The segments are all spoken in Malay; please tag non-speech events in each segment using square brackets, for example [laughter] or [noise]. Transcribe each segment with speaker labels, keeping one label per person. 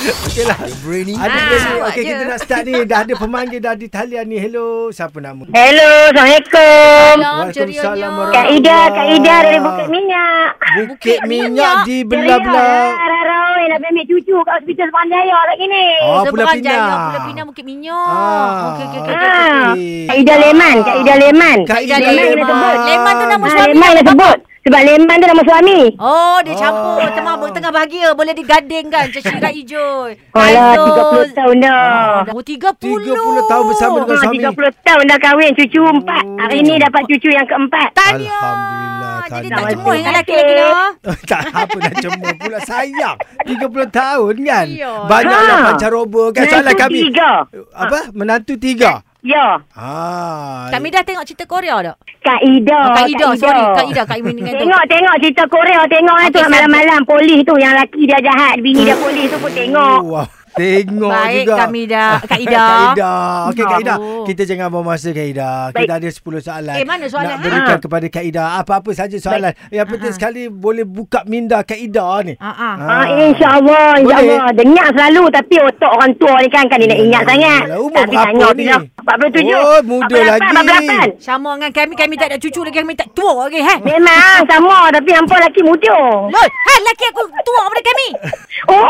Speaker 1: Okey lah.
Speaker 2: Berani.
Speaker 1: Ada
Speaker 3: Ah,
Speaker 1: ah,
Speaker 3: buat
Speaker 1: Okey
Speaker 3: je.
Speaker 1: kita nak start ni. Dah ada pemanggil dah di talian ni. Hello, siapa nama?
Speaker 4: Hello, Assalamualaikum.
Speaker 1: Waalaikumsalam
Speaker 3: cerianya.
Speaker 4: Kak Ida, Kak Ida dari Bukit Minyak.
Speaker 1: Ah. Bukit Minyak di
Speaker 4: Belah-belah.
Speaker 1: belah-belah.
Speaker 4: Rara, nak ambil cucu kat hospital Sepandaya lagi ni.
Speaker 1: Oh, Pulau
Speaker 3: Seberang
Speaker 1: Pinang.
Speaker 3: Jaya, Pulau Pinang, Bukit Minyak.
Speaker 1: Ah.
Speaker 3: Okey, okey, okey. okey.
Speaker 4: Ah,
Speaker 1: okey.
Speaker 4: Kak Ida Leman, Kak Ida Leman.
Speaker 1: Kak Ida
Speaker 3: Ida
Speaker 4: Leman kena sebut.
Speaker 3: Leman tu nama
Speaker 4: Ah,
Speaker 3: suami.
Speaker 4: Leman dah sebut. Sebab Leman tu nama suami.
Speaker 3: Oh, dia
Speaker 1: Oh.
Speaker 3: campur. Tengah, tengah bahagia. Boleh digading kan. Cacira hijau.
Speaker 4: Alah,
Speaker 3: Kairos.
Speaker 4: 30 tahun dah.
Speaker 3: Oh, 30.
Speaker 1: 30 tahun bersama dengan
Speaker 4: Ah,
Speaker 1: suami.
Speaker 4: 30 tahun dah kahwin, cucu empat.
Speaker 3: Oh.
Speaker 4: Hari ni dapat cucu yang keempat.
Speaker 3: Tanya.
Speaker 1: Alhamdulillah,
Speaker 3: Jadi
Speaker 1: tahniah.
Speaker 3: tak cemuh dengan
Speaker 4: Terima
Speaker 3: lelaki lagi
Speaker 4: kasih.
Speaker 3: dah.
Speaker 1: [laughs] tak apa dah cemur pula sayang 30 tahun kan
Speaker 3: Ya.
Speaker 1: Banyak yang
Speaker 4: Ha.
Speaker 1: pancaroba kan Salah
Speaker 4: Menantu
Speaker 1: kami
Speaker 4: tiga.
Speaker 1: Apa? Menantu tiga
Speaker 4: Ya,
Speaker 1: Ah,
Speaker 3: Kami dah tengok cerita Korea tak?
Speaker 4: Kak Ida.
Speaker 3: Oh, Kak Ida, sorry. Kak Ida, Kak Imin dengan tu.
Speaker 4: Tengok, tengok cerita Korea. Tengok okay,
Speaker 3: Okey,
Speaker 4: tu
Speaker 3: sabar.
Speaker 4: malam-malam polis tu yang laki dia jahat. Bini dia polis tu pun tengok.
Speaker 1: Wah, tengok
Speaker 3: Baik,
Speaker 1: juga.
Speaker 3: Kak
Speaker 1: [laughs]
Speaker 3: Ida. Kak Ida.
Speaker 1: Kak Ida. Okey, Kak Ida.
Speaker 3: Oh.
Speaker 1: Kita jangan buang masa, Kak Ida. Kita ada 10 soalan.
Speaker 3: Eh, mana soalan,
Speaker 1: Nak
Speaker 3: ha?
Speaker 1: berikan kepada Kak Ida. Apa-apa saja soalan. Yang penting sekali boleh buka minda Kak Ida ni.
Speaker 3: Ha, ha.
Speaker 4: Ah, InsyaAllah, insyaAllah. Dengar selalu tapi otak orang tua ni kan kan dia nak ingat
Speaker 1: Yalah,
Speaker 4: sangat.
Speaker 1: yalah. Umur
Speaker 4: tapi
Speaker 1: berapa
Speaker 4: sangat
Speaker 1: ni?
Speaker 4: dia dah 47.
Speaker 1: Oh, muda lagi.
Speaker 4: 48, 48.
Speaker 3: Sama dengan kami, kami tak ada cucu lagi. Kami tak tua lagi. Ha?
Speaker 4: Memang sama tapi hampa lelaki muda.
Speaker 3: Lol, ha, lelaki aku tua daripada kami.
Speaker 4: Oh.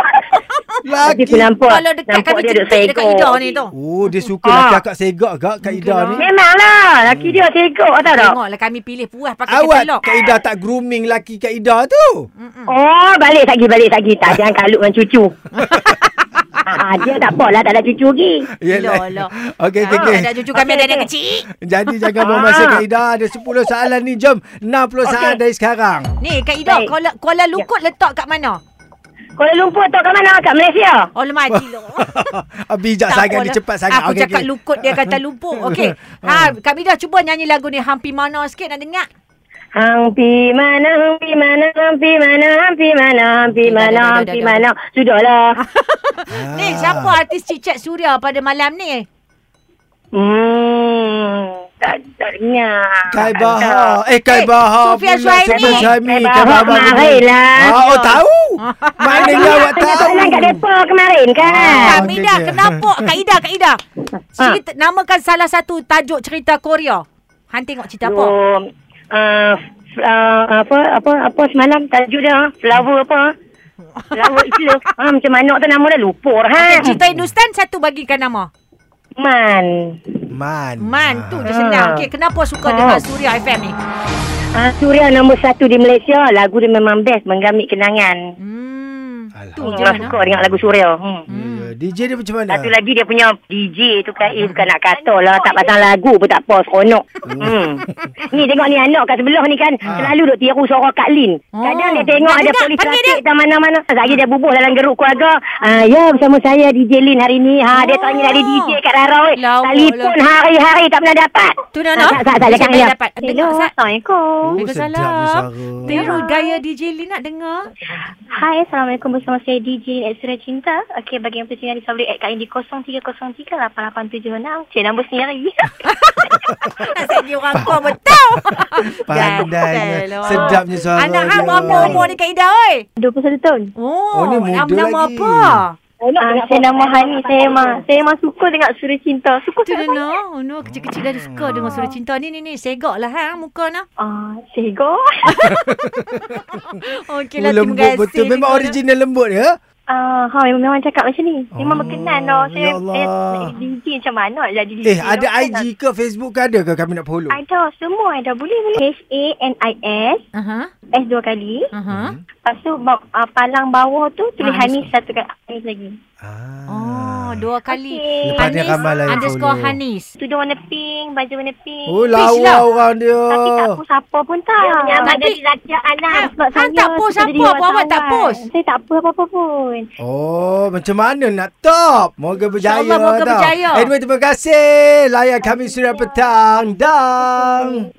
Speaker 1: Lagi.
Speaker 4: Tapi aku nampak.
Speaker 3: Kalau dekat
Speaker 4: nampak
Speaker 3: kami
Speaker 4: dia duduk
Speaker 3: cerdik dekat
Speaker 4: segok.
Speaker 3: Ida ni tu.
Speaker 1: Oh, dia suka
Speaker 4: Ah.
Speaker 1: lelaki akak segak kak Kak Ida ni.
Speaker 4: Memanglah, lelaki dia segok tau tak?
Speaker 3: Tengoklah kami pilih puas pakai
Speaker 1: Awak
Speaker 3: katalog.
Speaker 1: Kak Ida tak grooming lelaki Kak Ida tu.
Speaker 3: Mm, hmm.
Speaker 4: Oh, balik lagi, balik lagi. Tak, jangan kalut dengan
Speaker 3: [laughs]
Speaker 4: cucu. ah, dia tak apalah, tak ada cucu lagi.
Speaker 1: Yelah.
Speaker 3: Lolo.
Speaker 1: Ya, lah. [laughs] Okey, okey,
Speaker 3: Ah,
Speaker 1: okey.
Speaker 3: Ada cucu kami
Speaker 4: Okey,
Speaker 3: ada anak
Speaker 4: okey.
Speaker 3: kecil.
Speaker 1: Jadi jangan buang masa Kak Ida. Ada 10 soalan ni. Jom 60 saat
Speaker 4: Okey.
Speaker 1: dari sekarang.
Speaker 3: Ni Kak Ida,
Speaker 4: Baik. Ya.
Speaker 3: Kuala, Kuala Lumpur letak kat mana?
Speaker 4: Kuala Lumpur tu kat mana? Kat Malaysia?
Speaker 3: Oh lemah hati
Speaker 1: [laughs]
Speaker 3: lo.
Speaker 1: Bijak
Speaker 3: Tak
Speaker 1: sangat dia
Speaker 3: apalah.
Speaker 1: cepat sangat.
Speaker 3: Aku
Speaker 1: Okey,
Speaker 3: cakap
Speaker 1: okey.
Speaker 3: lukut dia kata lumpur. Okey. Ha, Kak Ida cuba nyanyi lagu ni Hampi Mana sikit nak dengar.
Speaker 4: Hampi mana, hampi mana, hampi mana, hampi mana, hampi
Speaker 3: Dah, dah, dah,
Speaker 4: mana,
Speaker 3: dah,
Speaker 4: hampi
Speaker 3: dah,
Speaker 4: mana.
Speaker 3: [laughs]
Speaker 4: Sudahlah.
Speaker 1: Ah.
Speaker 3: Ni siapa artis Cicet Suria pada malam ni?
Speaker 4: Hmm, tak, tak
Speaker 1: [laughs]
Speaker 4: ingat.
Speaker 1: Kai
Speaker 4: Tak. Eh,
Speaker 1: Bahar. Eh, Kai
Speaker 3: Eh,
Speaker 1: Bahar
Speaker 3: Sofia
Speaker 1: pula.
Speaker 3: Suhaimi.
Speaker 1: Sofia Suhaimi.
Speaker 4: Kai
Speaker 1: Kai
Speaker 4: Bahar
Speaker 1: Bahar
Speaker 4: kemarin lah.
Speaker 1: Ah, oh, tahu.
Speaker 4: [laughs]
Speaker 1: Maknanya
Speaker 4: Ingat
Speaker 1: awak Ah,
Speaker 4: tengah
Speaker 1: tahu.
Speaker 4: soalan kat depa kemarin kan?
Speaker 3: Ha, Kak
Speaker 1: Ah, okey,
Speaker 3: Ida,
Speaker 1: okey.
Speaker 3: kenapa? Kak Ida, Kak
Speaker 4: Ah.
Speaker 3: Ida. Cerita, namakan salah satu tajuk cerita Korea. Han tengok cerita apa?
Speaker 4: Oh, uh, f- uh, apa apa apa semalam tajuk dia ah, flower apa? Flower itu ha, macam mana tu nama dia lupa dah. Ha.
Speaker 3: Cerita Hindustan satu bagikan nama.
Speaker 4: Man.
Speaker 1: Man.
Speaker 3: Man tu je
Speaker 4: Ah.
Speaker 3: senang. Okey, kenapa suka
Speaker 4: Ah.
Speaker 3: dengar Suria FM ni?
Speaker 4: Ah, Suria nombor satu di Malaysia. Lagu dia memang best menggamit kenangan.
Speaker 3: Hmm. Tu
Speaker 4: Hmm,
Speaker 3: je
Speaker 4: orang
Speaker 3: nak.
Speaker 4: suka dengar lagu Suria. Hmm.
Speaker 1: Ya, DJ dia macam mana?
Speaker 4: Satu lagi dia punya DJ tu kan eh, bukan
Speaker 3: Hmm.
Speaker 4: nak kata lah tak pasang lagu pun tak apa seronok. Hmm. ni tengok ni anak kat sebelah ni kan
Speaker 1: Ah.
Speaker 4: selalu duk tiru suara Kak Lin. Kadang
Speaker 3: Oh.
Speaker 4: dia tengok
Speaker 3: Nak
Speaker 4: ada
Speaker 3: dengar,
Speaker 4: polis
Speaker 3: panggil
Speaker 4: trafik
Speaker 3: dia.
Speaker 4: dah mana-mana. Lagi dia bubuh dalam geruk keluarga. Ah ya bersama saya DJ Lin hari ni. Ha dia
Speaker 3: Oh.
Speaker 4: tanya dari DJ kat Rara. eh.
Speaker 3: Lawak
Speaker 4: Telefon
Speaker 3: lah.
Speaker 4: hari-hari tak pernah dapat.
Speaker 3: Tu, Nana.
Speaker 4: Ah, Tak tak tak
Speaker 3: Siapa
Speaker 4: cakap
Speaker 3: yang
Speaker 4: dia.
Speaker 3: dapat?
Speaker 4: Hello.
Speaker 3: Tengok, Sat.
Speaker 5: Ah,
Speaker 1: Oh,
Speaker 4: Assalamualaikum.
Speaker 1: sedap ni
Speaker 3: Waalaikumsalam. kan?
Speaker 1: suara.
Speaker 3: Tiru gaya DJ Lee nak dengar.
Speaker 5: Hai, Assalamualaikum bersama saya DJ Lin at Suria Cinta. Okey, bagi yang pentingnya disalui at KID 0303-8876. Cik nombor
Speaker 3: [laughs]
Speaker 5: sendiri.
Speaker 3: Asyik dia orang kau betul.
Speaker 1: Pandainya.
Speaker 3: Gatal, oh.
Speaker 1: Sedapnya suara
Speaker 3: Anak hang
Speaker 1: dia.
Speaker 3: berapa umur ni Kak Ida oi?
Speaker 5: 21 tahun.
Speaker 3: Oh,
Speaker 1: Oh, ni muda
Speaker 3: nama- nama
Speaker 1: lagi.
Speaker 3: apa?
Speaker 5: Ah, saya nama Hani. Saya memang, saya memang suka dengan Suria Cinta. Suka
Speaker 3: Tu
Speaker 5: sangat.
Speaker 3: Nana, Oh, Nana kecil-kecil dah suka
Speaker 1: Ah.
Speaker 3: dengan surat cinta ni ni ni segak lah hang muka nak.
Speaker 5: Ah, sego.
Speaker 4: [laughs]
Speaker 3: Okey
Speaker 1: Oh,
Speaker 3: lah terima
Speaker 1: lembut
Speaker 3: kasih.
Speaker 1: betul. Memang
Speaker 3: Nana.
Speaker 1: original lembut ya.
Speaker 5: Ah, ha, memang, memang cakap macam ni. Memang
Speaker 1: Oh,
Speaker 5: berkenan tau. Saya,
Speaker 1: ya Allah.
Speaker 5: saya nak jadi DJ macam mana nak jadi DJ.
Speaker 1: Eh, ada
Speaker 5: Kan nak-
Speaker 1: IG ke Facebook ke ada ke kami nak follow?
Speaker 5: Ada, semua ada. Boleh, boleh. H-A-N-I-S.
Speaker 3: Aha.
Speaker 5: S dua kali.
Speaker 3: Aha.
Speaker 1: Hmm.
Speaker 5: Lepas tu, ba- ah, palang bawah tu tulis
Speaker 3: Ah,
Speaker 5: Hani satu kali. Hanis lagi.
Speaker 1: Ah.
Speaker 3: Oh, dua kali.
Speaker 5: Okey.
Speaker 1: Lepas ni ramai lah yang
Speaker 3: underscore
Speaker 1: follow.
Speaker 3: Hanis.
Speaker 5: Tudung warna pink, baju warna pink.
Speaker 1: Oh,
Speaker 3: Fish lah.
Speaker 1: lawa orang dia.
Speaker 5: Tapi tak post apa pun tak.
Speaker 4: Dia menyamar
Speaker 3: Tapi-
Speaker 4: dari raja anak.
Speaker 3: Hang tak post
Speaker 5: suka jadi
Speaker 3: apa pun, awak tak
Speaker 5: wartawan.
Speaker 3: post?
Speaker 5: Saya tak post apa-apa pun.
Speaker 1: Oh, macam mana nak top? Moga berjaya
Speaker 3: InsyaAllah moga
Speaker 1: tau.
Speaker 3: berjaya.
Speaker 1: Anyway, terima kasih. Layan kami sudah petang. Dang.